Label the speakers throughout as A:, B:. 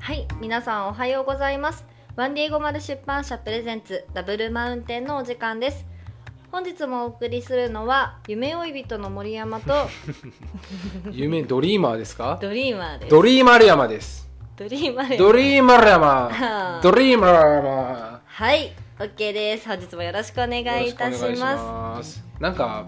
A: はい皆さんおはようございますワンディーゴマル出版社プレゼンツダブルマウンテンのお時間です本日もお送りするのは夢追い人の森山 と
B: 夢ドリーマーですか
A: ドリーマーです
B: ドリーマル山です
A: ドリーマー
B: ドリーマル
A: はあ
B: 山ドリーマル山
A: はい OK です本日もよろしくお願いいたし
B: よろくお願いし
A: ま
B: ますなんか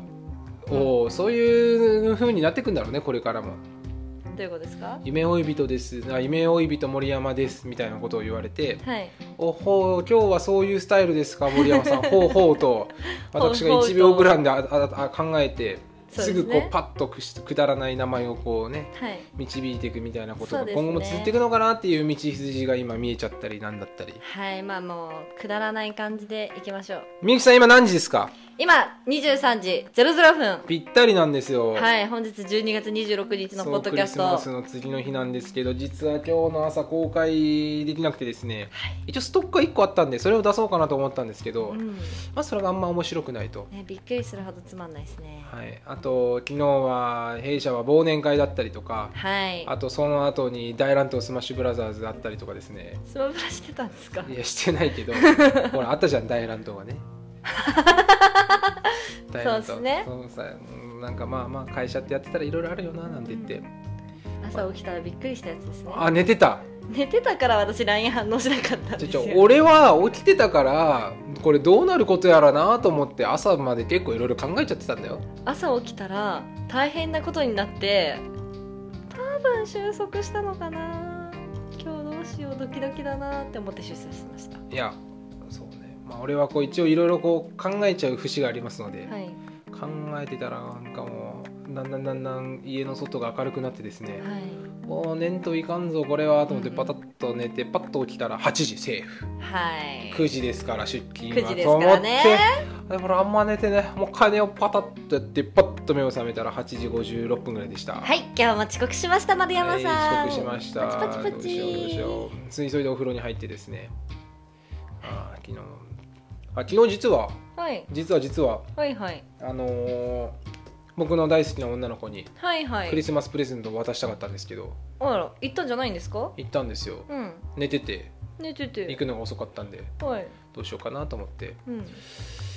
B: おーそういう風になってくんだろうねこれからも
A: すどういうことですか
B: 夢追い人ですあ夢追い人森山ですみたいなことを言われて
A: はい
B: おほう今日はそういうスタイルですか森山さんほうほ うと私が
A: ほうほうと
B: 1秒ぐらいであああ考えて
A: そうですね
B: すぐこうパッとくしくだらない名前をこうね
A: はい
B: 導いていくみたいなこと
A: そう
B: が
A: ですね
B: 今後も続いていくのかなっていう道筋が今見えちゃったりなんだったり
A: はいまあもうくだらない感じでいきましょう
B: みゆきさん今何時ですか
A: 今23時00分
B: ぴったりなんですよ
A: はい本日12月26日のポ
B: そ
A: ッ
B: う
A: ド
B: ク
A: キャ
B: リ
A: ス
B: ス
A: ト
B: マスの次の日なんですけど実は今日の朝公開できなくてですね
A: はい
B: 一応ストックが1個あったんでそれを出そうかなと思ったんですけど、
A: う
B: ま
A: ん
B: あ、それがあんま面白くないと、
A: ね、びっくりするほどつまんないですね
B: はい、あと昨日は弊社は忘年会だったりとか
A: はい
B: あとその後に大乱闘スマッシュブラザーズだったりとかですね
A: スマブラしてたんですか
B: いやしてない けどほらあったじゃん大乱闘がね大乱闘
A: そうっすね
B: そうさうんなんかまあまあ会社ってやってたらいろいろあるよななんて言って、
A: 朝起きたらびっくりしたやつですね
B: あ寝てた
A: 寝てたから私 LINE 反応しなかったん
B: ち
A: で
B: ょ
A: す
B: ち
A: よ
B: ょ俺は起きてたからこれどうなることやらなと思って朝まで結構いろいろ考えちゃってたんだよ
A: 朝起きたら大変なことになって多分収束したのかな今日どうしようドキドキだなって思って出産してました
B: いやそうねまあ俺はこう一応いろいろこう考えちゃう節がありますので、
A: はい
B: 考えてたらなんかもうだんだんだんだん家の外が明るくなってですね、
A: はい
B: もう寝んといかんぞこれはと思って
A: うん
B: パタッと寝てパッと起きたら8時セーフ
A: はい
B: 9時ですから出勤
A: 9時
B: は
A: です
B: と
A: か
B: 思
A: ら
B: って
A: ね
B: でほらあんま寝てねもう金をパタッとやってパッと目を覚めたら8時56分ぐらいでした
A: はいい今日も遅刻しました丸山さん、
B: はい遅刻しました
A: パチパチパチ
B: どうしようどうしようつい急いでお風呂に入ってですねあー昨日あ昨日実は
A: はい
B: 実は実は
A: はいはい
B: あのー僕の大好きな女の子に
A: はいは
B: クリ
A: い
B: スマスプレゼントを渡したかったんですけど
A: あら行ったんじゃないんですか
B: 行ったんですよ
A: うん
B: 寝てて
A: 寝て
B: 行
A: て
B: くのが遅かったんで
A: はい
B: どうしようかなと思って
A: うん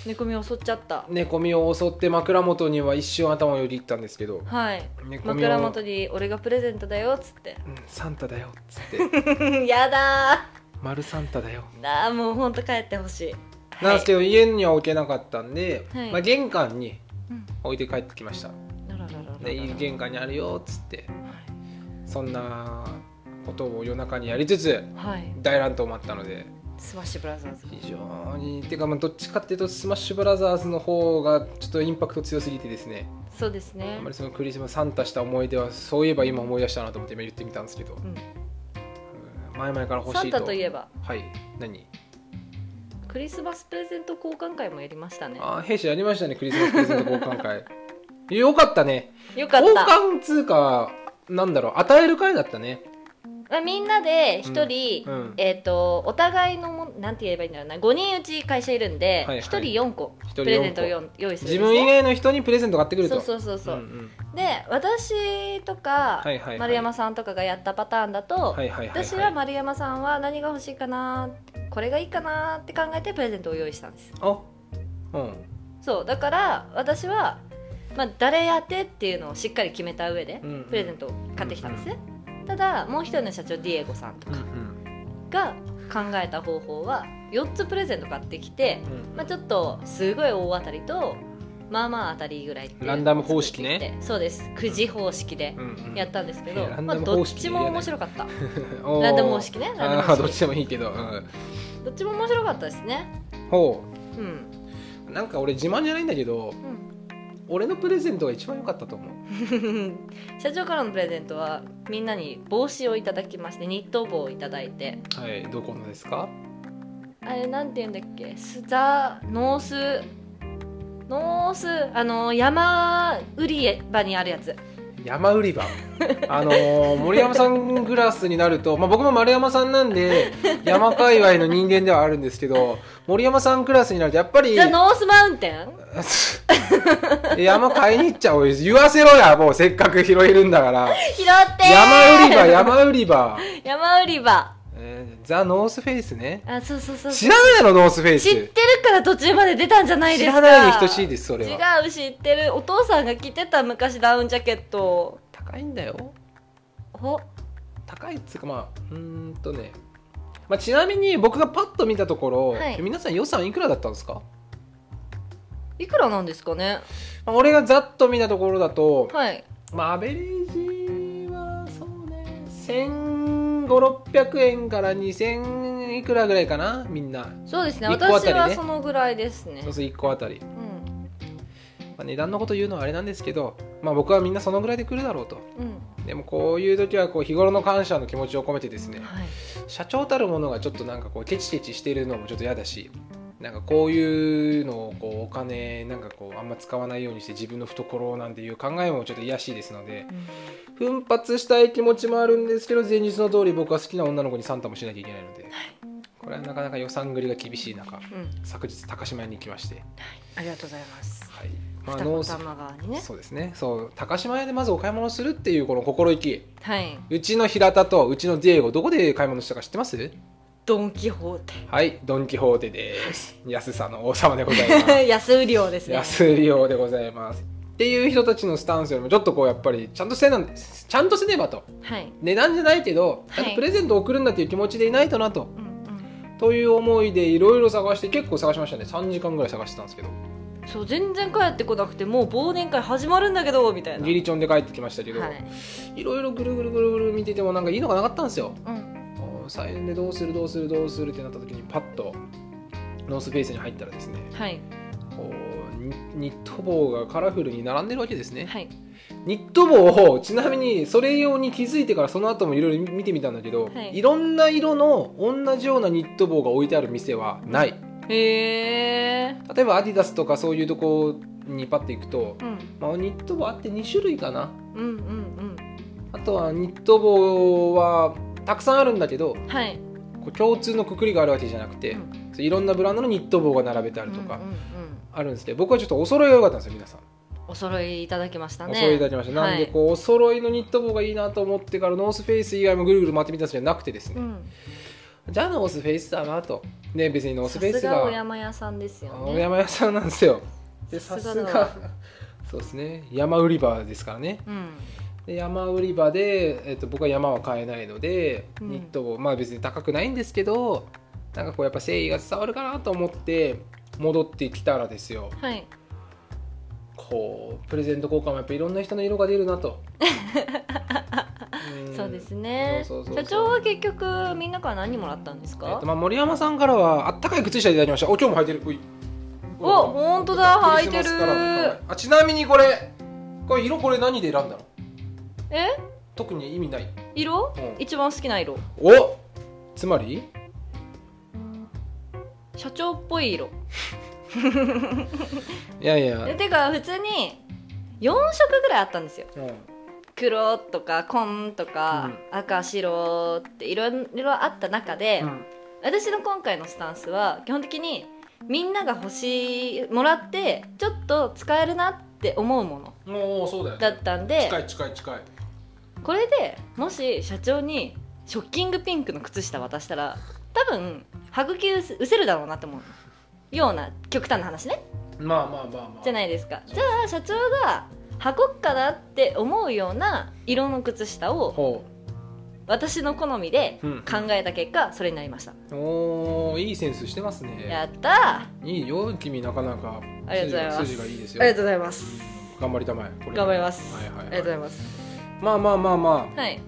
A: 寝込み襲っちゃった
B: 寝込みを襲って枕元には一瞬頭をよぎったんですけど
A: はい
B: 寝込み
A: 枕元
B: を
A: に俺がプレゼントだよっつ って
B: うん「サンタだよ」っつ って
A: やだ
B: 「丸サンタだよ
A: ーなあもうほんと帰ってほしい」
B: なんですけど家には置けなかったんで、
A: はい
B: まあ、玄関に
A: うん
B: 置いて帰ってきました
A: あららららら
B: でいい玄関にあるよっつってそんなことを夜中にやりつつ
A: はい
B: 大乱闘もあったので
A: スマッシュブラザーズ
B: 非常にてかまあどっちかっていうとスマッシュブラザーズの方がちょっとインパクト強すぎてですね
A: そうですね
B: あんまりそのクリスマスサンタした思い出はそういえば今思い出したなと思って今言ってみたんですけど、うん前々から
A: うん
B: 欲
A: サ
B: し
A: ン
B: いと
A: タといえば
B: はい何
A: クリスマスプレゼント交換会もやりましたね
B: あー弊社やりましたねクリスマスプレゼント交換会よかったね
A: よかっ
B: 交
A: た
B: 換通貨なんだろう与える会だったね
A: まあみんなで一人、
B: うんうん
A: えっ、とお互いのもなんて言えばいいんだろうな5人うち会社いるんで、
B: はいはい
A: 一人4個
B: 一人
A: プ
B: 4
A: レ
B: 個
A: ゼントをよ用意するんです、ね、
B: 自分以外の人にプレゼント買ってくると
A: そうそうそうそう、
B: んん
A: で私とか、
B: はいはいはい
A: 丸山さんとかがやったパターンだと、
B: はいはいはい、はい、
A: 私は丸山さんは何が欲しいかなこれがいいかなって考えてプレゼントを用意したんです
B: あうん
A: そうだから私は、まあ、誰宛てっていうのをしっかり決めた上で
B: うんうん
A: プレゼントを買ってきたんですね、ただもう一人の社長ディエゴさんと
B: うん
A: かが考えた方法は4つプレゼント買ってきて、
B: うんうん
A: まあ、ちょっとすごい大当たりとまあまあ当たりぐらいっていう
B: ランダム方式ね
A: そうですくじ方式で
B: うんうん
A: やったんですけど、
B: うんラン
A: まあ、
B: ダム
A: ど
B: 方
A: っ
B: 式
A: ちも面白かった
B: おー
A: ランダム方式ねランダム
B: あ
A: 方
B: あ
A: 式
B: どっちでもいいけど、うん、
A: どっちも面白かったですね
B: ほ
A: うん、
B: うなんか俺自慢じゃないんだけど俺のプレゼントが一番良かったと思う
A: うん、社長からのプレゼントはみんなに帽子をいただきましてニット帽をいただいて
B: はいどこのですか
A: あれなんて言うんだっけスザノースノースあの山売り場にあるやつ
B: 山売り場 あのー森山さんグラスになると、まあ、僕も丸山さんなんで山界隈の人間ではあるんですけど森山さんクラスになるとやっぱり
A: ザ・ノースマウンテン
B: 山買いに行っちゃおい言わせろやもうせっかく拾えるんだから
A: 拾って
B: 山売り場山売り場
A: 山売り場
B: ザ・ノースフェイスね
A: あそうそうそう
B: 知らないのノースフェイス
A: 知ってるから途中まで出たんじゃないですか
B: 知らないに等しいですそれは
A: 違う知ってるお父さんが着てた昔ダウンジャケット
B: 高いんだよ
A: お
B: 高いっつうかまあうーんとね、まあ、ちなみに僕がパッと見たところ、
A: はい
B: 皆さん予算いくらだったんですか、
A: いくらなんですかね
B: まあ、俺がざっと見たところだと、
A: はい
B: まあ、アベレージはそうね1500600円から2000いくらぐらいかなみんな
A: そうですね
B: 一個あた
A: 私
B: りね
A: はそのぐらいですね
B: そうそう1個あたり、ま
A: うん
B: あ、値段のこと言うのはあれなんですけど、まあ、僕はみんなそのぐらいで来るだろうと
A: うん
B: でもこういう時はこう日頃の感謝の気持ちを込めてですね
A: はい
B: 社長たるものがちょっとなんかこうケチケチしてるのもちょっと嫌だしなんかこういうのをこうお金なんかこうあんま使わないようにして自分の懐なんていう考えもちょっと癒やしいですので奮発したい気持ちもあるんですけど前日の通り僕は好きな女の子にサンタもしなきゃいけないのでこれはなかなか予算繰りが厳しい中
A: うん、うん、
B: 昨日高島屋に行きまして、
A: ありがとうございます
B: はいま
A: 二
B: あ、ノ
A: 子
B: ース
A: 玉川にね
B: そうですねそう高島屋でまずお買い物するっていうこの心意気
A: はいう
B: ちの平田とうちのディエゴどこで買い物したか知ってます
A: ドン・キホーテ
B: はい、ドン・キホーテです。安さの王様でございま
A: 安売り量です
B: す。
A: ね
B: 安利用でございます。っていう人たちのスタンスよりも、ちょっとこう、やっぱり、ちゃんとせな、ちゃんとせねばと。
A: はい、
B: 値段じゃないけど、
A: はい
B: ちゃんとプレゼントを送るんだっていう気持ちでいないとなと。
A: うんうん、
B: という思いで、いろいろ探して、結構探しましたね。3時間ぐらい探してたんですけど。
A: そう全然帰ってこなくてもう忘年会始まるんだけどみたいな
B: ギリチョンで帰ってきましたけど、
A: はいい、
B: ろいろぐるぐるぐるぐる見てても、なんかいいのがなかったんですよ。
A: うん、
B: おー再演でどうするどうするどうするってなった時に、パッと、ノースペースに入ったらですね、
A: はい
B: こうニニット帽がカラフルに並んでるわけですね、
A: はい
B: ニット帽をちなみにそれ用に気づいてからその後もいろいろ見てみたんだけど、
A: はい
B: い、ろんな色の同じようなニット帽が置いてある店はない
A: へえ
B: 例えばアディダスとかそういうとこにパッて行くと、
A: うん
B: まあ、ニット帽あって2種類かな
A: うんうん
B: あとはニット帽はたくさんあるんだけど
A: うんはい
B: こう共通のくくりがあるわけじゃなくて、
A: うん
B: そういろんなブランドのニット帽が並べてあるとか
A: うんうんうん
B: あるんですけど、僕はちょっとお揃いが良かったんですよ皆さん
A: お揃いいただきました
B: お
A: ね
B: 揃いいただきました、
A: はい
B: なんでこうお揃いのニット帽がいいなと思ってからノースフェイス以外もぐるぐる回ってみたんですけどなくてです
A: う
B: ね、
A: ん、
B: じゃあノースフェイスだなとね別にノース
A: さ
B: フェイス
A: す
B: が
A: がお山屋さんですよ
B: あ
A: ね
B: お山屋さんなんですよで
A: さ
B: さ
A: すが
B: す
A: だわ
B: がそうですね山売り場ですからね
A: うん
B: で山売り場で、えっと、僕は山は買えないので、
A: うん
B: ニット帽まあ別に高くないんですけどなんかこうやっぱ誠意が伝わるかなと思って戻ってきたらですよ
A: はい
B: こうプレゼント交換もやっぱいろんな人の色が出るな と、ん
A: そうですね
B: そうそうそうそう
A: 社長は結局みんなから何もらったんです
B: えっ
A: か、
B: とまあ、森山さんからはあったかい靴下いただきましたお今日も履いてるうい
A: おほんとだ履いてる
B: クリスマスカラーのはいあちなみにこれこれ色これ何で選んだの
A: え
B: 特に意味ない
A: 色、
B: うん
A: 一番好きな色
B: おつまり
A: 社長っぽい色
B: いやいや、
A: でてか普通に4色ぐらいあったんですよ
B: うん
A: 黒とか紺とか、赤白っていろいろあった中で、私の今回のスタンスは基本的にみんなが欲しいもらってちょっと使えるなって思うもの
B: うん、もうそうだよ、
A: だ
B: ね
A: っ、たんで
B: 近い近い近い
A: これでもし社長にショッキングピンクの靴下渡したら多分歯茎うせうせるだろうなって思うような極端な話ね
B: まあまあまあまあ
A: じゃないいですか
B: そう
A: じゃあ社長が箱っかなって思うような色の靴下を
B: ほ
A: 私の好みで
B: うん
A: 考えた結果それになりました、
B: うおーいいセンスしてますね
A: やったーあ
B: いいよ君なかなか
A: ありがとうございます
B: 筋が筋がいいです
A: り
B: よ
A: がとうございます
B: 頑張りたまえこれ
A: 頑張ります、
B: はいはい、はい、
A: ありがとうございます
B: まあまあまあまあ
A: はい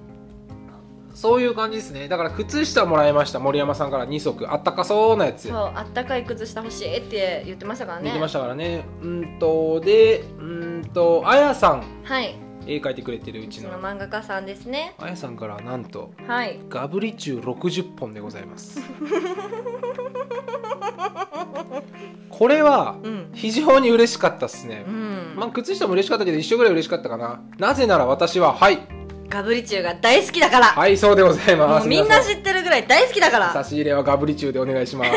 B: そういう感じですねだから靴下もらいました森山さんから2足あったかそうなやつ
A: そうあったかい靴下欲しいって言ってましたからね
B: 見てましたからねうんとでうんとあやさん
A: はいう
B: 絵描いてくれてるう
A: う
B: ち
A: ちの
B: の
A: 漫画家さんですね
B: あやさんからなんと
A: はい
B: ガブリチュウ60本でございます これは
A: うん
B: 非常に嬉しかったっすね
A: うん、
B: まあ靴下も嬉しかったけど一緒ぐらい嬉しかったかななぜなら私ははい
A: ガブリチュウが大好きだから、
B: はいそうでございま
A: も
B: す
A: うみん
B: 皆
A: な
B: さ
A: 知ってるぐらい大好きだから
B: 差し入れはガブリチュウでお願いします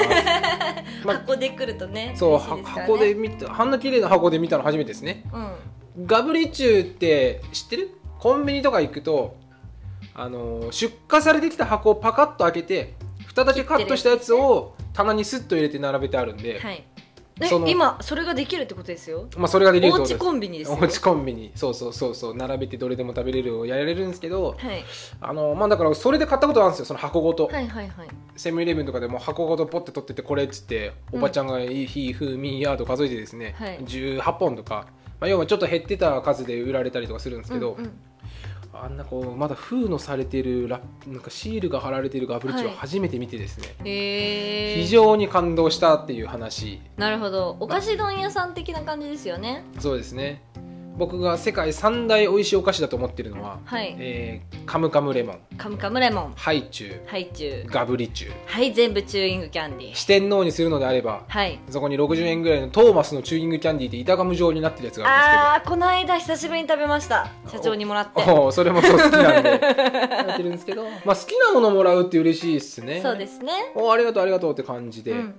B: まあ
A: 箱で来るとね
B: そう、
A: 嬉しい
B: は
A: すからね
B: 箱で見たあんな綺麗な箱で見たの初めてですね
A: うん
B: ガブリチュウって知ってるコンビニとか行くとあのー出荷されてきた箱をパカッと開けて蓋だけカットしたやつを棚にスッと入れて並べてあるんで、
A: はい
B: その
A: え今それができるってことですよ
B: まあ、それができるって
A: おう
B: こと
A: ち
B: です
A: コンビニですよ
B: おうちコンビニそうそうそうそう並べてどれでも食べれるをやれるんですけど
A: はい、
B: あのまあだからそれで買ったことあるんですよその箱ごと、
A: はいはいはい
B: セブンイレブンとかでも箱ごとポッて取っててこれっつっておばちゃんがいい日風味ヤード数えてですね、
A: はい
B: 18本とか、まあ、要はちょっと減ってた数で売られたりとかするんですけど、
A: うんうん
B: あんなこうまだ封のされてるラップなんかシールが貼られてるガブルチを
A: はい
B: 初めて見てですね、
A: えー、
B: 非常に感動したっていう話
A: なるほどお菓子丼屋さん的な感じですよね
B: そうですね僕が世界三大美味しいお菓子だと思ってるのは、
A: はい
B: えーカムカムレモン
A: カムカムレモン
B: ハイチュウ
A: はいチュー
B: ガブリチュウ
A: はい全部チューイングキャンディー
B: 四天王にするのであれば
A: はい
B: そこに60円ぐらいのトーマスのチューイングキャンディーって板ガム状になってるやつがあ
A: あーこの間久しぶりに食べました社長にもらっ
B: るんです
A: て
B: けどおーそれもそう好きな んで食べてるんですけど、まあ、好きなものもらうって嬉しいっすね
A: そうですね
B: おーありがとうありがとうって感じで、
A: うんうん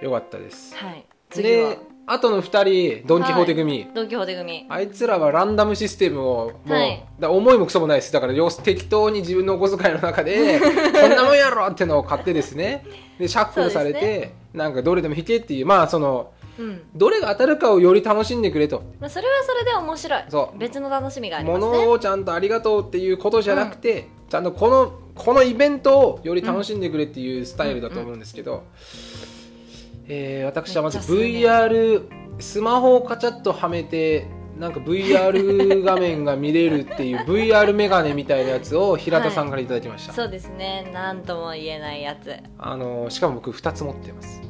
B: よかったです
A: はい次は
B: であとの2人ドン・キホーテ組、
A: 同居ホテ組
B: あいつらはランダムシステムをもう、
A: はい
B: だ思いもクソもないですだから要す適当に自分のお小遣いの 中でこんなもんやろってのを買ってですねでシャッフルされて、
A: そう
B: なんかどれでも弾けっていうまあその
A: うん
B: どれが当たるかをより楽しんでくれと
A: まあそれはそれで面白い
B: そう
A: 別の楽しみがありま
B: も
A: すね
B: のをちゃんとありがとうっていうことじゃなくて、ちゃんとこのこのイベントをより楽しんでくれっていうスタイルだと思うんですけど、えー私はまず
A: めっちゃするね
B: VR スマホをカチャッとはめてなんか VR 画面が見れるっ ていう VR メガネみたいなやつを平田さんからいただきました、
A: そうですね何とも言えないやつ
B: あのーしかも僕2つ持ってます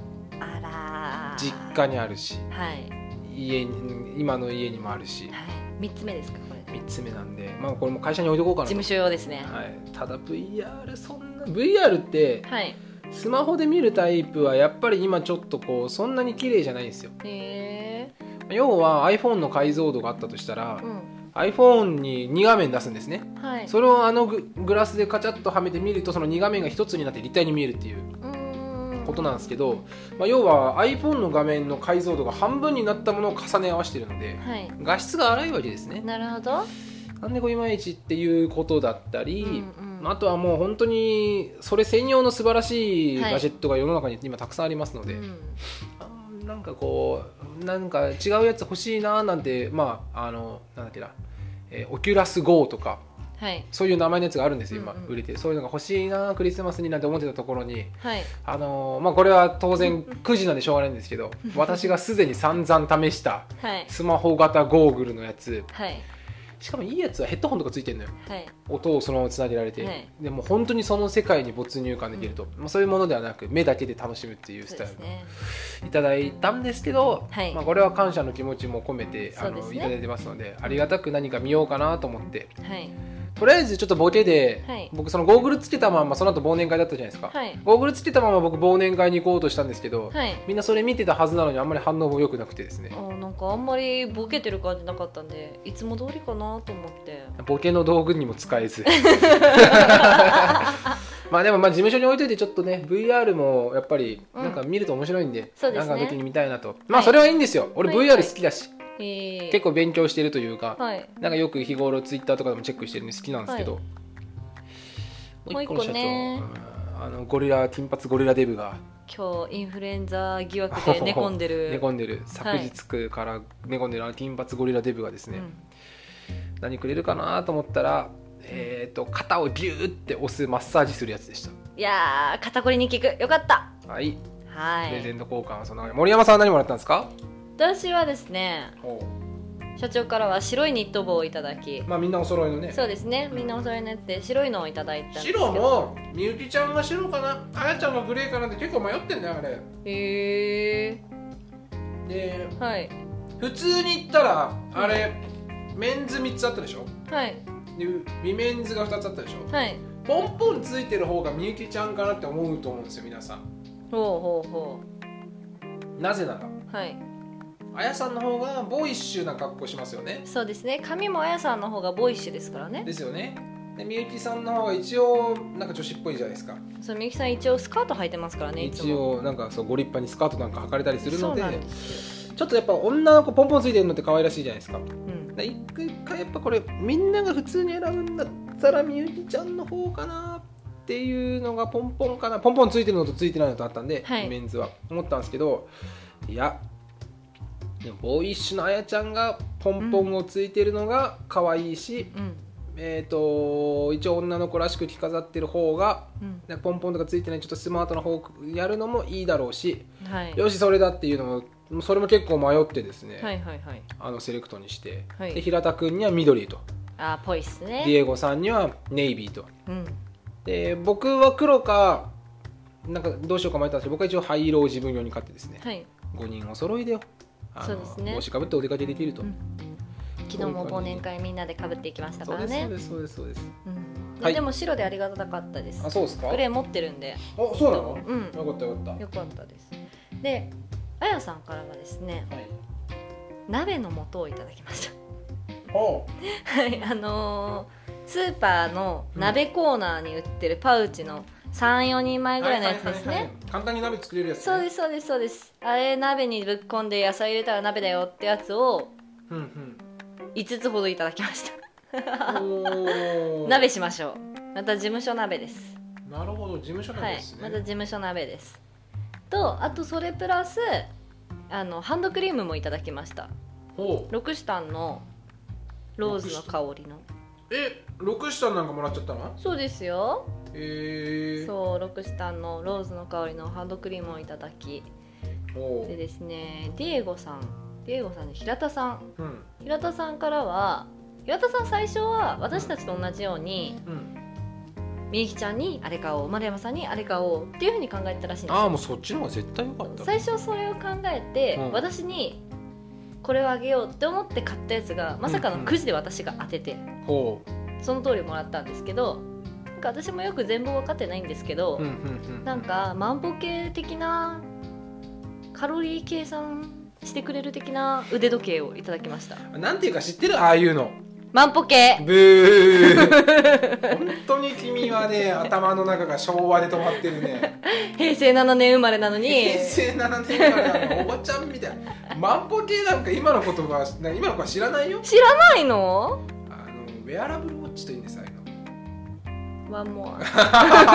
A: あらー
B: 実家にあるし
A: はい
B: 家に今の家にもあるし
A: はい三つ目ですかこれ事
B: 3つ目なんで、まあ、これも会社に置いとこうかなと
A: 務所用ですね
B: はい、ただ VR そんな VR って
A: はい
B: スマホで見るタイプはやっぱり今ちょっとこうそんなに綺麗じゃないんですよ
A: へえ
B: 要は iPhone の解像度があったとしたら、
A: うん
B: iPhone に2画面出すんですね
A: はい
B: それをあのググラスでカチャッとはめて見るとその2画面が1つになって立体に見えるっていう
A: うーん
B: ことなんですけど、まあ、要は iPhone の画面の解像度が半分になったものを重ね合わせてるので
A: はい
B: 画質が荒いわけですね
A: なるほど
B: なんでこういまいちっていうことだったり、
A: うんうん
B: あとはもう本当にそれ専用の素晴らしいガジェットが世の中に今たくさんありますので、
A: うん
B: あーなんかこうなんか違うやつ欲しいなーなんてまああのなんだっけな、えーオキュラス GO とか
A: はい
B: そういう名前のやつがあるんですよ今、
A: うんうん
B: 売れてそういうのが欲しいなークリスマスになんて思ってたところに
A: はい
B: あのーまあこれは当然9時なんでしょうがないんですけど私がすでに散々試した
A: はい
B: スマホ型ゴーグルのやつ
A: はい
B: しかもいいやつはヘッドホンとかついてるのよ
A: はい
B: 音をそのままつなげられて、
A: はい
B: でもう本当にその世界に没入感できると、まあ、そういうものではなく目だけで楽しむっていう
A: そ
B: ス
A: う
B: タ
A: で
B: イ
A: すね
B: ルいただいたんですけど、
A: はい
B: まあ、これは感謝の気持ちも込めて、あ
A: そうで
B: の
A: す
B: い
A: ね
B: ただいてますのでありがたく何か見ようかなと思って
A: はい
B: とりあえずちょっとボケで、
A: はい
B: 僕そのゴーグルつけたままその後忘年会だったじゃないですか、
A: はい
B: ゴーグルつけたまま僕忘年会に行こうとしたんですけど、
A: はい
B: みんなそれ見てたはずなのにあんまり反応も良くなくてですね
A: あーなんかあんまりボケてる感じなかったんでいつも通りかなと思って
B: ボケの道具にも使えず まあでもまあ事務所に置いといてちょっとね VR もやっぱりなんか見ると面白いんで、
A: そうです
B: なん
A: ね
B: かの時に見たいなと
A: は
B: まあ
A: い
B: それはいいんですよ俺
A: はいは
B: VR
A: い
B: 好きだし、
A: えー
B: 結構勉強してるというか、
A: はい
B: なんかよく日頃 Twitter とかでもチェックしてるんで好きなんですけど、
A: もう一個ね
B: もう一個の社長うんあのゴリラ金髪ゴリラデブが
A: 今日インフルエンザ疑惑で寝込んでる
B: 寝込んでる昨日くから寝込んでるあの金髪ゴリラデブがですね、何くれるかなと思ったら、えー、と肩をギューって押すマッサージするやつでした
A: うんいやー肩こりに効くよかった
B: はい、
A: は
B: プレゼ
A: い
B: ント交換はそんな感じ森山さんは何もらったんですか
A: 私はですね社長からは白いニット帽をいただき
B: まあみんなお揃いのね
A: そうですねみんなお揃いになって白いのをいただいたんですけど
B: 白もみゆきちゃんが白かなあやちゃんがグレーかなって結構迷ってんだよあれ
A: へえ
B: で
A: ー、はい
B: 普通に言ったらあれ、メンズ3つあったでしょ
A: はい
B: でミメンズが2つあったでしょ
A: はい
B: ポンポンついてる方がみゆきちゃんかなって思うと思うんですよ皆さん
A: ほうほうほ
B: なぜなら
A: うはい
B: あやさんの方がボーイッシュな格好しますよね
A: そうですね髪もあやさんの方がボーイッシュですからね
B: ですよねでみゆきさんの方が一応なんか女子っぽいじゃないですか
A: そうみゆきさん一応スカート履いてますからねいつ
B: 一
A: も
B: 応なんかそうご立派にスカートなんか履かれたりするので
A: そうなんですよ、
B: ちょっとやっぱ女の子ポンポンついてるのって可愛らしいじゃないですか
A: う
B: だ
A: ん、
B: 一回やっぱこれみんなが普通に選ぶんだったらみゆきちゃんの方かなっっていうのがポンポンかなポンポンついてるのとついてないのとあったんで、
A: はい
B: メンズは思ったんですけどいやでもボーイッシュのあやちゃんがポンポンをついてるのが可愛いし、
A: うん
B: えー、と一応女の子らしく着飾ってる方が
A: うん
B: なんかポンポンとかついてないちょっとスマートな方をやるのもいいだろうし
A: はい
B: よしそれだっていうのもそれも結構迷ってですね、
A: はいはいはい
B: あのセレクトにして、
A: はい
B: で平田君には緑と
A: あーぽいっす
B: デ
A: ね
B: ィエゴさんにはネイビーと
A: うん
B: で僕は黒かなんかどうしようか迷ったんですけど僕は一応灰色を自分用に買ってですね
A: はい
B: 5人お揃いであ
A: そう
B: の
A: ですね
B: 帽子かぶってお出かけできると、
A: うん昨日も忘年会みんなでかぶっていきました
B: そ
A: か
B: う
A: ら
B: ですそ
A: ね
B: うですそうですそうです
A: うん
B: はい
A: でも白でありがたかったです
B: あそうですか
A: グレー持ってるんで
B: あそうなの
A: うん
B: よかったよかっ
A: よかったですであやさんからはですね
B: たはい
A: 鍋の素をいただきました
B: お
A: はい、あのースーパーの鍋コーナーに売ってるパウチの34人前ぐらいのやつです
B: はいはいはい
A: ね
B: はい簡単に鍋作れるやつ、ね、
A: そうですそうですそうですあれ鍋にぶっこんで野菜入れたら鍋だよってやつを
B: うんうん
A: 5つほどいただきました
B: おー
A: 鍋しましょうまた事務所鍋です
B: なるほど事務所なん
A: はい
B: ですね、
A: また事務所鍋ですとあとそれプラスあのハンドクリームもいただきました
B: ほう
A: ロクシタンのローズの香りの
B: え六下なんかもらっちゃったの
A: そうですよ
B: えー、
A: そうロクシタンのローズの香りのハンドクリームをいただき
B: ほ
A: でですねディエゴさんディエゴさんで平田さん
B: ううん
A: 平田さんからは平田さん最初は私たちと同じように
B: うん
A: みゆきちゃんにあれ買おう丸山さんにあれ買おうっていうふうに考えてたらしいんです
B: ああ
A: よ
B: もうそっちの方が絶対良かった
A: 最初それを考えて、
B: うん
A: 私にこれをあげようって思って買ったやつがまさかのくじで私が当てて
B: ほう
A: その通りもらったんですけどなんか私もよく全部分かってないんですけど、
B: うんうんうん
A: なんか万歩計的なカロリー計算してくれる的な腕時計をいただきました
B: なんていうか知ってるああいうの
A: 万歩計
B: ブー 本当に君はね頭の中が昭和で止まってるね
A: 平成7年生まれなのに
B: 平成7年からのおばちゃんみたいな万歩計なんか今の言葉はなんか今の子は知らないよ
A: 知らないの
B: あのウェアラブルウォッチというんですああいうの
A: ワンモア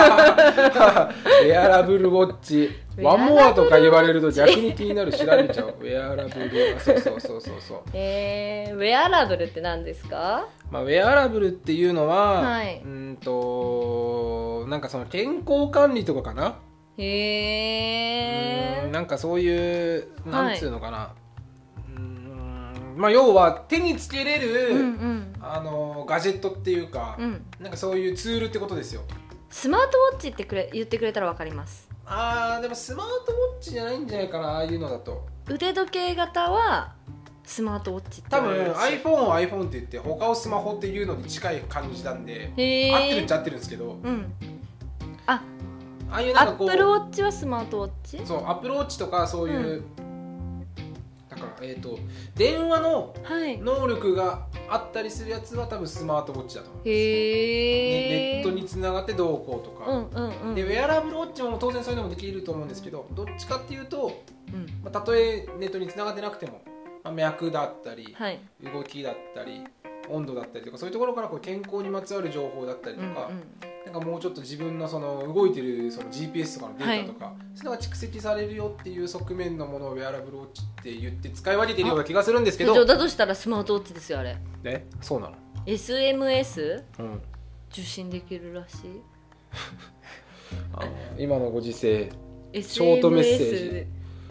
B: ウェアラブルウォッチワンモアとか言われると逆に気になる調べち ゃうウェアラブルあそうそうそうそうそう
A: えー、ウェアラブルって何ですか
B: まあ、ウェアラブルっていうのは、
A: はい
B: うんとなんかその健康管理とかかな、
A: へ
B: う
A: え
B: んなんかそういうなんつうのかな、うんまあ要は手につけれる、
A: うんうん
B: あのガジェットっていうか、
A: うん
B: なんかそういうツールってことですよ
A: スマートウォッチってくれ言ってくれたら分かります
B: あーでもスマートウォッチじゃないんじゃないかなああいうのだと
A: 腕時計型はスマートウォッチって
B: 多
A: 言われ
B: 分
A: るし
B: iPhone を iPhone って言って他をスマホっていうのに近い感じなんで、
A: へえ
B: 合ってるっちゃ合ってるんですけど
A: うんあ
B: ああいう
A: ア
B: なんか
A: ッ
B: こう
A: プルウォッチはスマートウォッチ
B: そうアプローチとかそういう、だからえっ、と電話の
A: はい
B: 能力があったりするやつは多分スマートウォッチだと思う、
A: へえ
B: ネットにつながってどうこうと
A: う
B: か、
A: んうんうん
B: でウェアラブルウォッチも当然そういうのもできると思うんですけどどっちかっていうと
A: うん
B: まあたとえネットにつながってなくても、まあ、脈だったり、
A: はい
B: 動きだったり温度だったりとかそういうところからこう健康にまつわる情報だったり
A: う
B: と
A: んう
B: か、
A: ん
B: なんかもうちょっと自分のその動いてるその GPS とかのデータとか、そういうのが蓄積されるよっていう側面のものをウェアラブルウォッチって言って使い分けてるような気がするんですけ
A: 部長
B: ど
A: だとしたらスマートウォッチですよあれ
B: えそうなの、
A: SMS
B: うん、
A: 受信できるらしい
B: 今のご時世
A: SMS
B: ショートメッセージ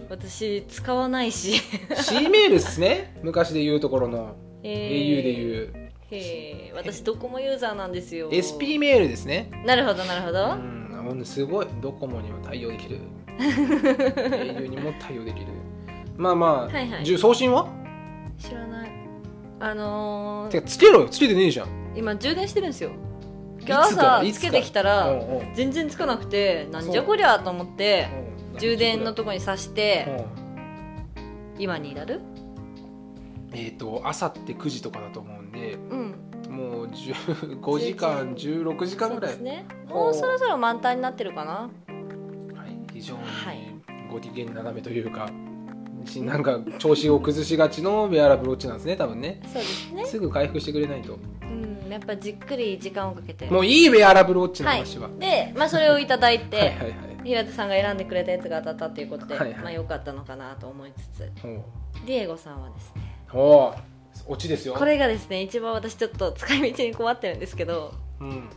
A: 私使わない し
B: C メールっすね昔で言うところの au で
A: う
B: 言う
A: へえ私ドコモユーザーなんですよ
B: SP メールですね
A: なるほどなるほ
B: う
A: ど、
B: んほんですごいドコモにも対応でき る au にも対応できるまあまあ、
A: はいはい
B: じゅ送信は
A: 知らないあの
B: て
A: ー、
B: かつけろよつけてねえじゃん
A: 今充電してるんですよ
B: いつ
A: 今日
B: から
A: 朝
B: い
A: つ
B: つ
A: け
B: か
A: てきたら、
B: うんうん
A: 全然つかなくてなんじゃこりゃと思って充電のとこに挿して今に至る
B: えっ、と朝って9時とかだと思うんで
A: うん
B: もう15 時間16時間
A: そう
B: ぐ
A: で
B: ら
A: す
B: い、
A: ねもうそろそろ満タンになってるかな
B: はい、非常に
A: はい
B: ご機嫌斜めというか、しなんか調子を崩しがちのウェアラブルウォッチなんですね多分ね
A: そうですね
B: すぐ回復してくれないと
A: うんうんやっぱじっくり時間をかけて
B: もういいウェアラブルウォッチの話は、は
A: で、まあ、それをいただい
B: い、
A: て
B: はいはい
A: 平手さんが選んでくれたやつが当たったっていうことで、
B: はいはい
A: まあ良かったのかなと思いつつ
B: ほう
A: ディエゴさんはですね
B: ほう落ちですよ
A: これがですね一番私ちょっと使い道に困ってるんですけど
B: うん、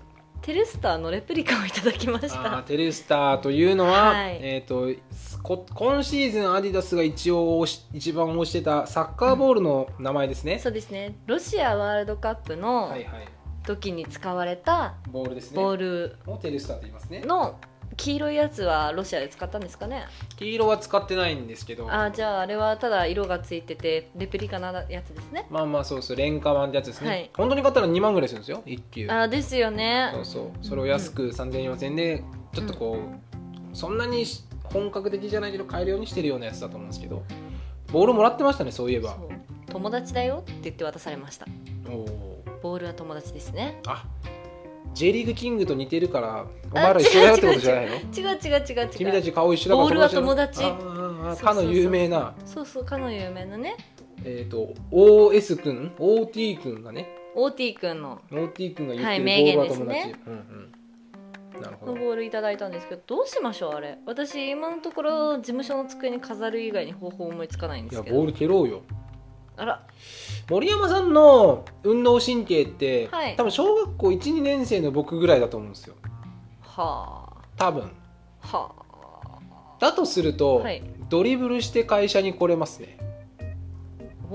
A: テルスターのレプリカをいただきまし
B: あー
A: た
B: テレスターというのは、
A: はい
B: えー、とこ今シーズンアディダスが一応推し一番推してたサッカーボールの名前ですね、
A: そうですねロシアワールドカップの
B: はいはい
A: 時に使われた
B: ボールですね
A: ボール
B: をテレスターと言いますね
A: の黄色いやつはロシアで使ったんですかね
B: 黄色は使ってないんですけど
A: あーじゃああれはただ色がついててレプリカなやつですね
B: まあまあそうそう廉価版ってやつですね、
A: はい
B: 本当に買ったら2万ぐらいするんですよ1球
A: あーですよね
B: そうそうそれを安く30004000円でちょっとこう、そんなにし本格的じゃないけど買えるようにしてるようなやつだと思うんですけどボールもらってましたねそういえば
A: そう友達だよって言って渡されました
B: おー
A: ボールは友達ですね
B: あ J リーグキングと似てるからお前ら一緒だよってことじゃないの
A: 違う違う違う違う
B: 君たち顔一緒だから
A: ボールは友達
B: だよああ
A: そう
B: あ
A: そう
B: か
A: そう
B: の有名な
A: そうそうかの有名なね
B: えっ、と OS 君 OT 君がね
A: OT 君の
B: OT 君が言っ
A: は
B: て
A: い
B: るボ
A: 名
B: ール
A: 言
B: は
A: です
B: 友達、
A: ね
B: うんうん、なるほ
A: の
B: ど
A: ボールいただいたんですけどどうしましょうあれ私今のところ事務所の机に飾る以外に方法思いつかないん
B: い
A: で
B: や
A: すけ
B: ボー
A: ど
B: ル蹴ろうよ
A: あら
B: 森山さんの運動神経って、
A: はい
B: 多分小学校12年生の僕ぐらいだと思うんですよ
A: は
B: 多分
A: あは
B: だとすると、
A: はい
B: ドリブルして会社に来れますね
A: あ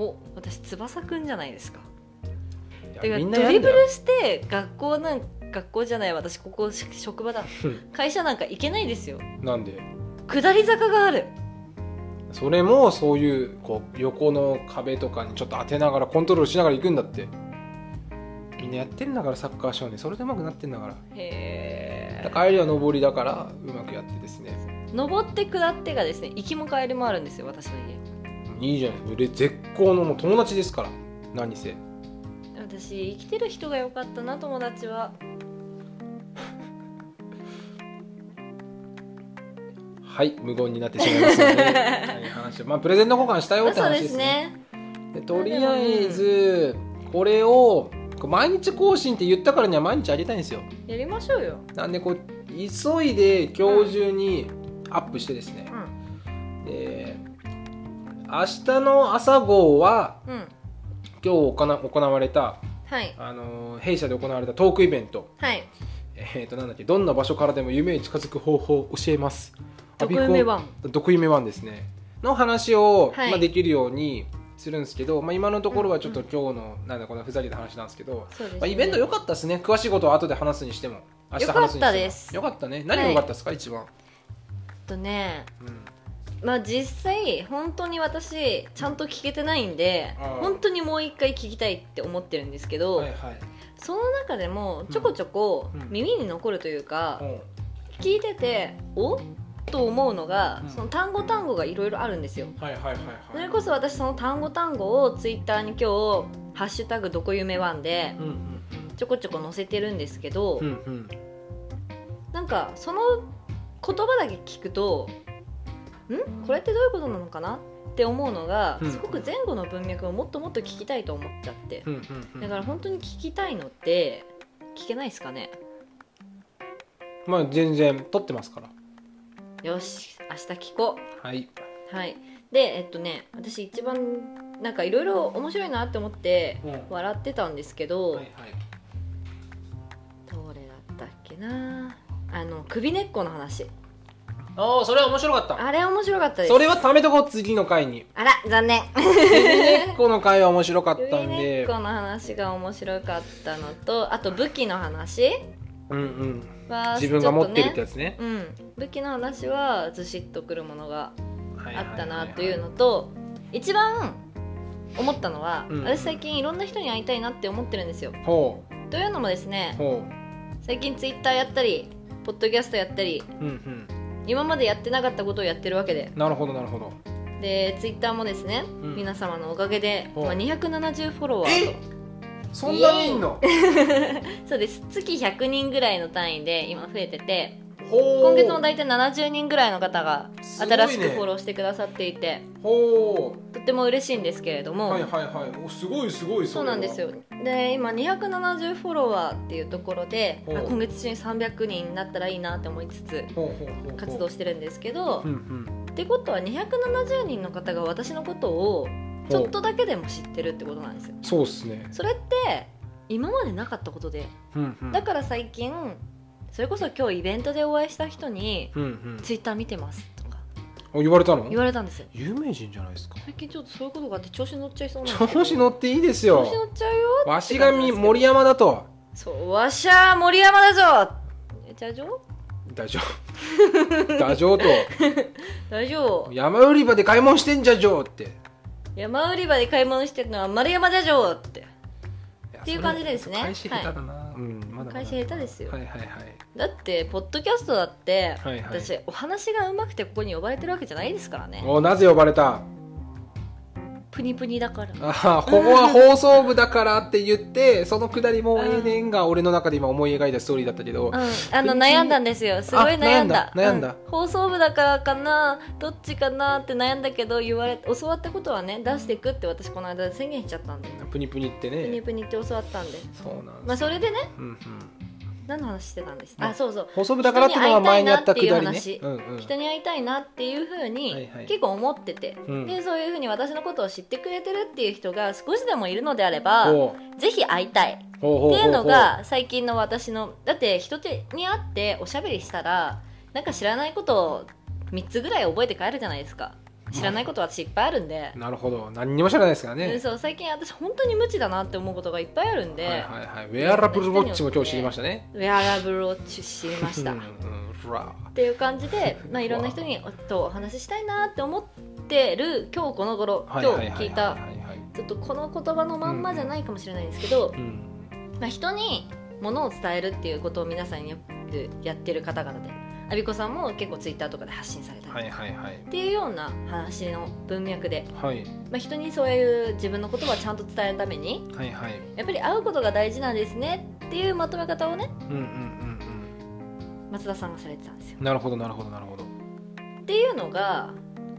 A: お私翼くんじゃないですか
B: い
A: だか
B: や
A: ら
B: みんな
A: ド
B: や
A: リ
B: るん
A: ブ
B: だよ
A: ルして学校なん学校じゃない私ここし職場だ
B: うん
A: 会社なんか行けないですよ
B: なんで
A: 下り坂がある
B: それもそういうこう横の壁とかにちょっと当てながらコントロールしながら行くんだってみんなやってんだからサッカー少年それでうまくなってんだから
A: へ
B: だ
A: え
B: から帰りは上りだからうまくやってですね
A: 登って下ってがですね行きも帰りもあるんですよ私の家
B: いいじゃない俺絶好のもう友達ですから何せ
A: 私生きてる人が良かったな友達は
B: はい無言になってしまい ますのではい話をまあプレゼント交換したよって
A: そう
B: 話
A: で
B: ですすね
A: ね
B: でとりあえずこれをこう毎日更新って言ったからには毎日あげたいんですよ
A: やりましょうよ
B: なんでこう急いで今日中にアップしてですね、
A: うん
B: で明日の朝号は
A: うん
B: 今日行な行われた、
A: はい
B: あのー弊社で行われたトークイベント、
A: はい
B: えー、となんだっけどんな場所からでも夢へ近づく方法を教えます
A: 特夢
B: ワン
A: 版
B: 毒夢ワンですねの話を、
A: はい
B: まあ、できるようにするんですけど、まあ、今のところはちょっと今日の、なんだこのふざけた話なんですけど、
A: そうですね、
B: まあ、イベント良かったですね詳しいことは後で話すにしても明日話すに
A: 良かった
B: しても
A: です
B: 良かったね何が良かったですか、一番、
A: とね
B: うん
A: まあ実際本当に私ちゃんと聞けてないんで
B: あー
A: 本当にもう一回聞きたいって思ってるんですけど、
B: はいはい
A: その中でもちょこちょこ
B: うん
A: 耳に残るというか、
B: うん
A: 聞いてておと思うのが、
B: うん
A: その単語単語がいろいろあるんですよ
B: はいはいはい
A: そ
B: はい
A: れこそ私その単語単語をツイッターに今日「ハッシュタグどこ夢ワン」で
B: うん
A: ちょこちょこ載せてるんですけど、
B: うんうんうんうん
A: なんかその言葉だけ聞くと「んこれってどういうことなのかな?」って思うのが、
B: うん
A: すごく前後の文脈をもっともっと聞きたいと思っちゃって、
B: うんうん
A: だから本当に聞きたいのって聞けないですかね
B: まあ全然撮ってますから
A: よし明日聞こ
B: はい、
A: うはいでえっとね私一番なんかいろいろ面白いなって思って
B: うん、はい
A: 笑ってたんですけど、
B: はい
A: どれだったっけなあの首根っこの話
B: ああそれは面白かった
A: あれ面白かったです
B: それはためとこう次の回 に
A: あら残念
B: この回は面白かっ
A: 首
B: たん
A: 根っ
B: で
A: この話が面白かったのとあと武器の話
B: うんうん
A: は
B: 自分が持ってるって
A: ちょ
B: やつね
A: とねうん、武器の話はずしっとくるものが
B: はい
A: あ
B: はいはいはい
A: ったなというのと一番思ったのは、
B: うん
A: 私最近いろんな人に会いたいなって思ってるんですよ
B: ほ
A: というのもです
B: う
A: ね
B: ほ
A: 最近ツイッターやったりポッドキャストやったり
B: ううんうん
A: 今までやってなかったことをやってるわけで
B: なるほどなるほど
A: でツイッターもですね、
B: ん
A: 皆様のおかげで、
B: ほう
A: まあ、270フォロワーと
B: そんなにいんの
A: そうです月100人ぐらいの単位で今増えてて今
B: 今
A: 月も大体70人ぐらいの方が
B: すごいね
A: 新しくフォローしてくださっていて
B: ほ
A: とっても嬉しいんですけれど
B: う
A: も、
B: はいはいはいおすごいすごい
A: そ
B: そうれは
A: なんですよで今270フォロワーっていうところで、
B: おう
A: あ今月中に300人になったらいいなって思いつつ
B: ほうほうほうほう
A: 活動してるんですけど
B: う、んうん
A: ってことは270人の方が私のことをちょっとだけでも知ってるってことなんですよ
B: ほうそうっすね
A: それって今までなかったことで
B: うんうん
A: だから最近それこそ今日イベントでお会いした人に
B: うんうん
A: 「ツイッター見てます」とか
B: お言われたの
A: 言われたんですよ
B: 有名人じゃないですか
A: 最近ちょっとそういうことがあって調子乗っちゃいそうなんですけど
B: 調子乗っていいです
A: 調子乗
B: よ
A: っちゃうよ
B: わしがみ森山だと
A: そうわっしゃー森山だぞじゃあじょ
B: ダジョウダジョウと
A: 大丈夫
B: 山売り場で買い物してんじゃじょうってい
A: 山売り場で買い物してるのは丸山だぞって
B: や
A: っていう感じですね
B: それ返し下手だな、うんまだまだ
A: 返し下手ですよ
B: はいはいはい
A: だってポッドキャストだって、
B: はいはい
A: 私お話がうまくてここに呼ばれてるわけじゃないですからね
B: おなぜ呼ばれた
A: プニプニだから
B: あーここは放送部だからって言ってそのくだりもうええねんが俺の中で今思い描いたストーリーだったけど、
A: うん、あの悩んだんですよすごい悩んだ
B: あ悩んだ悩んだ
A: う放送部だからかなどっちかなって悩んだけど言われ教わったことはね出していくって私この間宣言しちゃったんで
B: プニプニって
A: プニ
B: ね
A: プニって教わったんで
B: そうなん
A: ま
B: で
A: あ
B: す、
A: それでね
B: うんうん、
A: 何の話してたんです
B: まあ
A: あそうそう
B: 放送部だからっていうのは前にあったくだりね
A: 人に会いたいなっていう話
B: うんう
A: 人に会いたいなっていう
B: ん
A: ふう
B: はい
A: に
B: はい
A: 結構思ってて、
B: うん
A: でそういうふうに私のことを知ってくれてるっていう人が少しでもいるのであれば
B: ほ
A: ぜひ会いたいっ
B: うほうほ
A: て
B: うほう
A: いうのが最近の私のだって人に会っておしゃべりしたらなんか知らないことを3つぐらい覚えて帰るじゃないですか知らないこと私いっぱいあるんで、
B: なるほど何にも知らないですから
A: うん
B: ね
A: そう最近私本当に無知だなって思うことがいっぱいあるんで、
B: はいはいはいウェアラブルウォッチも今日知りましたね
A: ウェアラブルを知りました
B: うんうんふわ
A: っていう感じで、まあ、
B: うわ
A: いろんな人におっとお話ししたいなって思ってる今日この頃今
B: は
A: 日
B: いはいはいはい
A: 聞いた
B: はいはい
A: ちょっとこの言葉のまんまじゃないかもしれないですけど
B: う、ん
A: まあ、人に物を伝えるっていうことを皆さんによくやってる方々で阿ビ子さんも結構ツイッターとかで発信されたり、
B: はいはいはい
A: っていうような話の文脈で、
B: はい
A: まあ、人にそういう自分の言葉をちゃんと伝えるために
B: はいはい
A: やっぱり会うことが大事なんですねっていうまとめ方をね
B: うんうんうん
A: 松田さんがされてたんですよ
B: うんなるほどなるほどなるほど
A: っていうのが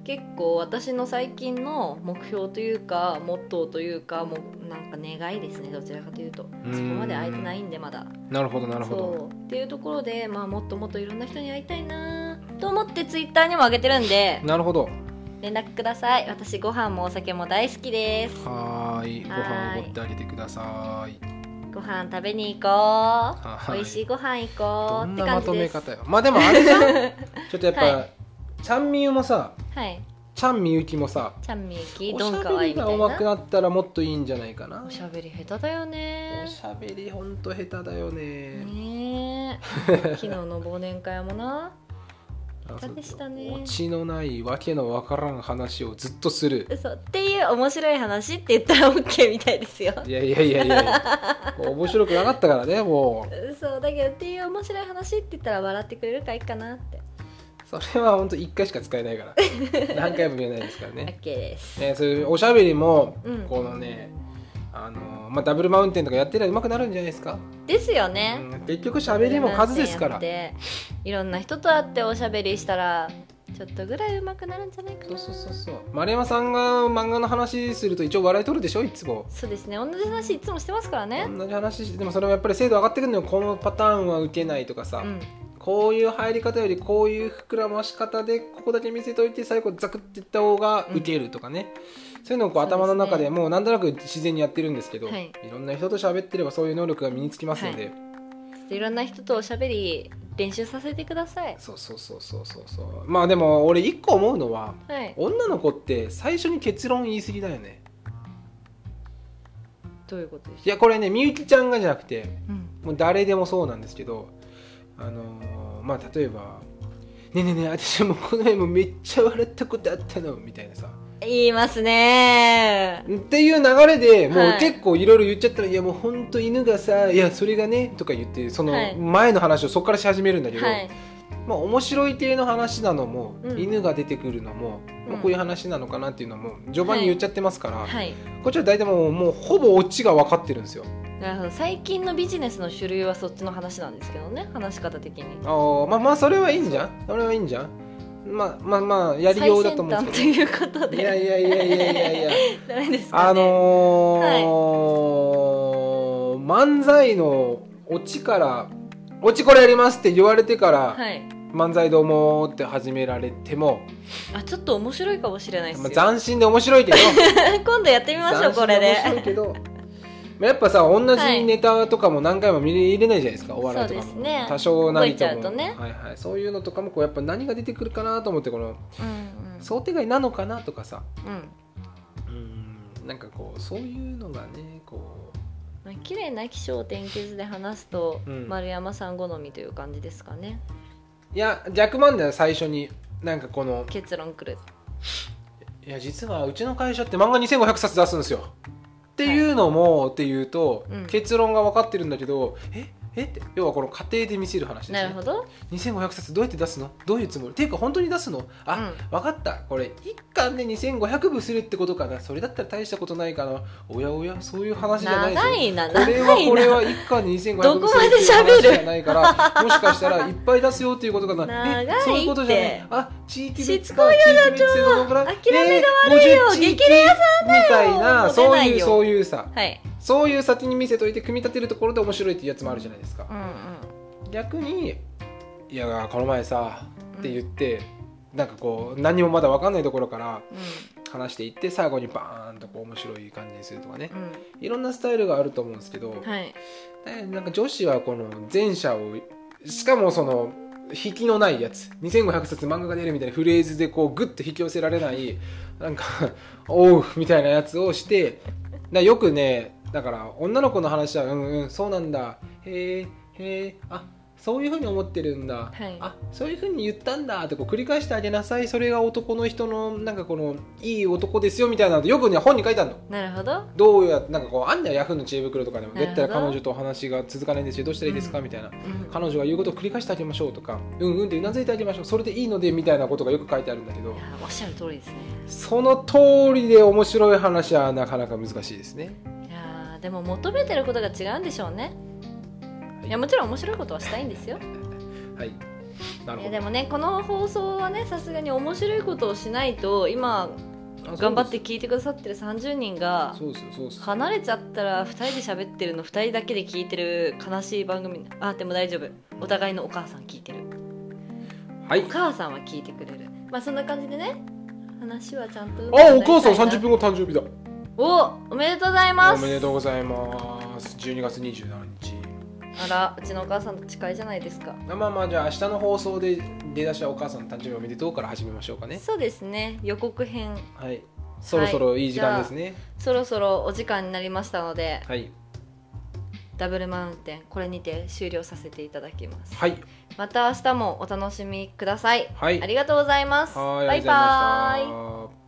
A: 結構私の最近の目標というかモットーというかもうなんか願いですねどちらかというと
B: うん
A: そこまで会えてないんでまだ
B: なるほどなるほど
A: そうっていうところで、まあ、もっともっといろんな人に会いたいなと思ってツイッターにも上げてるんで
B: なるほど
A: 連絡ください私ご飯もお酒も大好きです
B: はーいご
A: はー
B: 飯
A: い
B: をおごってあげてください
A: ご飯食べに行こう
B: は
A: 美味しい
B: い
A: ご飯行こ
B: ど
A: うんって
B: なま
A: 感じ
B: と
A: で
B: め
A: す
B: 方よまあでもあれ じゃんちょっとやっ
A: は
B: ぱちゃんみゆもさ
A: はい
B: ちゃんみゆきもさ
A: ちゃんみゆき
B: お
A: ど
B: し
A: ん
B: ゃ
A: かわ
B: べ
A: いい
B: り
A: み
B: が
A: たい
B: 上手く
A: な
B: なったらもっといいんじゃないかな
A: おしゃべり下手だよね
B: おしゃべりほんと下手だよね
A: ねえ 昨日の忘年会もな
B: あそう
A: 下手でしたね
B: オチのないわけのわからん話をずっとする
A: 嘘っていう面白い話って言ったら OK みたいですよ
B: いやいやいやい やこう面白くなかったからねもう
A: 嘘だけどっていう面白い話って言ったら笑ってくれるかいいかなって
B: それはほんと1回しか使えないから 何回も言えないですからね
A: OK です
B: ね、そういうおしゃべりも、
A: うん
B: このねあの、まあ、ダブルマウンテンとかやってりゃうまくなるんじゃないですか、
A: ですよね
B: うん結局しゃべりも数ですから
A: なんてやっていろんな人と会っておしゃべりしたらちょっとぐらい上手くなるんじゃないか
B: そう
A: な
B: そうそうそう丸山さんが漫画の話すると一応笑い取るでしょいつも
A: そうですね同じ話いつもしてますからね
B: 同じ話してでもそれもやっぱり精度上がってくるのよこのパターンは受けないとかさ、
A: うん
B: こういう入り方よりこういう膨らまし方でここだけ見せといて最後ザクっていった方が受けるとかね、そういうのをこう
A: そうですね
B: 頭の中でもうなんとなく自然にやってるんですけど、
A: はい
B: ろんな人と喋ってればそういう能力が身につきますので、
A: いろんな人とおしゃべり練習させてください
B: そうそうそうそうそうそうまあでも俺一個思うのは
A: はい
B: 女の子って最初に結論言い過ぎだよね
A: どういうことでしょ
B: いやこれねみゆきちゃんがじゃなくて
A: う、うん、
B: もう誰でもそうなんですけどあのーまあ例えば「ねえねえねえ私もこの前もめっちゃ笑ったことあったの」みたいなさ
A: 言いますね
B: っていう流れでも
A: は
B: う
A: い
B: 結構いろいろ言っちゃったら、い、やもうほんと犬がさ「いやそれがね」とか言ってその
A: はい
B: 前の話をそこからし始めるんだけど、
A: はい
B: まあ、面白い系の話なのも、
A: うん
B: 犬が出てくるのも、
A: うん
B: まあこういう話なのかなっていうのも序盤に言っちゃってますから、
A: はい
B: こっちは大体もうもうほぼオチが分かってるんですよ。
A: なるほど最近のビジネスの種類はそっちの話なんですけどね話し方的に
B: ああまあまあそれはいいんじゃんそれはいいんじゃんまあまあまあやりようだと思うん
A: 最
B: ですけ
A: 先端ということ
B: ど
A: で
B: いやいやいやいやいやいや
A: ダメですかね
B: あのー漫才のオチから「オチこれやります」って言われてから「
A: はい
B: 漫才どうも」って始められても、
A: あちょっと面白いかもしれないです
B: まあ、
A: よ、
B: 斬新で面白いけど
A: 今 度やってみましょうこれで
B: 斬新面白いけどまあやっぱさ同
A: はい
B: じネタとかも何回も見れないじゃないですかお笑いとかも
A: そうですね
B: 多少なりとも
A: 覚えちゃうとね
B: はいはい、そういうのとかもこうやっぱ何が出てくるかなと思ってこの
A: うんうん
B: 想定外なのかなとかさ
A: うん
B: うんなんかこうそういうのがねこ
A: まあ綺麗な気象転結で話すと、
B: うん
A: 丸山さん好みという感じですかね
B: ういやジャックマンだよ最初になんかこの
A: 結論くる
B: いや実はうちの会社って漫画2500冊出すんですよっていうのも、っていうと、
A: うん
B: 結論が分かってるんだけどええって要はこの家庭で見せる話ですね
A: なるほど
B: 2500冊どうやって出すのどういうつもりっていうか本当に出すのあ、分かったこれ1巻で2500部するってことかなそれだったら大したことないかなおやおやそういう話じゃないでしょ
A: 長いな
B: これ
A: 長
B: はいこれ
A: な
B: は1巻で2500
A: ど
B: 部
A: こ
B: す
A: ま
B: る
A: で
B: っていう
A: 喋る
B: 話じゃないからもしかしたらいっぱい出すよっていうことかなえ
A: 長いって
B: そういうことじゃないあ地域別
A: しつ
B: か
A: こいよ
B: 地域別でどのぐらい
A: ちょ諦めが悪いよ
B: えー50地域
A: 激レアさんだよ
B: みたいな
A: 出
B: そう
A: ない
B: いう
A: よ
B: そういうさ
A: はい
B: そういう先に見せといて組み立てるところで面白いっていうやつもあるじゃないですか
A: うんうん
B: 逆に「いやこの前さ」
A: うん
B: って言って、なんかこう何もまだ分かんないところから
A: う
B: 話していって最後にバーンとこう面白い感じにするとかね
A: ん
B: いろんなスタイルがあると思うんですけど、
A: うんはい
B: だなんか女子はこの前者をしかもその引きのないやつ2500冊漫画が出るみたいなフレーズでこうグッと引き寄せられないなんか おうみたいなやつをしてだよくねだから女の子の話はうんうんそうなんだへえへえあそういうふうに思ってるんだ、
A: はい
B: あそういうふうに言ったんだってこう繰り返してあげなさいそれが男の人のなんかこのいい男ですよみたいなのよくね本に書いてあるの。
A: なるほど
B: どうやなんかこうあんじゃんヤフーの知恵袋とかでも
A: なる
B: 出
A: ほど
B: たら彼女とお話が続かないんですよどうしたらいいですか、みたいな
A: うん
B: 彼女が言うことを繰り返してあげましょうとかうんうんってうなずいてあげましょうそれでいいのでみたいなことがよく書いてあるんだけ
A: い
B: ど
A: やおっしゃる通りですね
B: その通りで面白い話はなかなか難しいですね
A: いやーでも求めてることが違うんでしょうねいやもちろん面白いことはしたいんですよ
B: はいなる
A: い
B: ほ
A: やで
B: ど
A: もねこの放送はねさすがに面白いことをしないと今
B: あ
A: 頑張って聞いてくださってる30人が
B: そうですよそうですよ
A: 離れちゃったら2人で喋ってるの2人だけで聞いてる悲しい番組あでも大丈夫お互いのお母さん聞いてる
B: はい
A: お母さんは聞いてくれるまあそんな感じでね話はちゃんと
B: あお母さん30
A: 分
B: 分後誕生日だ
A: おおめでとうございます
B: おめでとうございます12月27日
A: あらうちのお母さんと近いじゃないですか
B: あまあまあじゃあ明日の放送で出だしはお母さんの誕生日おめでとうから始めましょうかね
A: そうですね予告編
B: はいそろそろいい時間ですね
A: そろそろお時間になりましたので
B: はい
A: ダブルマウンテンこれにて終了させていただきます
B: はい
A: また明日もお楽しみください
B: はい
A: ありがとうございます
B: はい
A: バ
B: あ
A: イ
B: りがとう
A: バ
B: ござい
A: ーイ
B: ました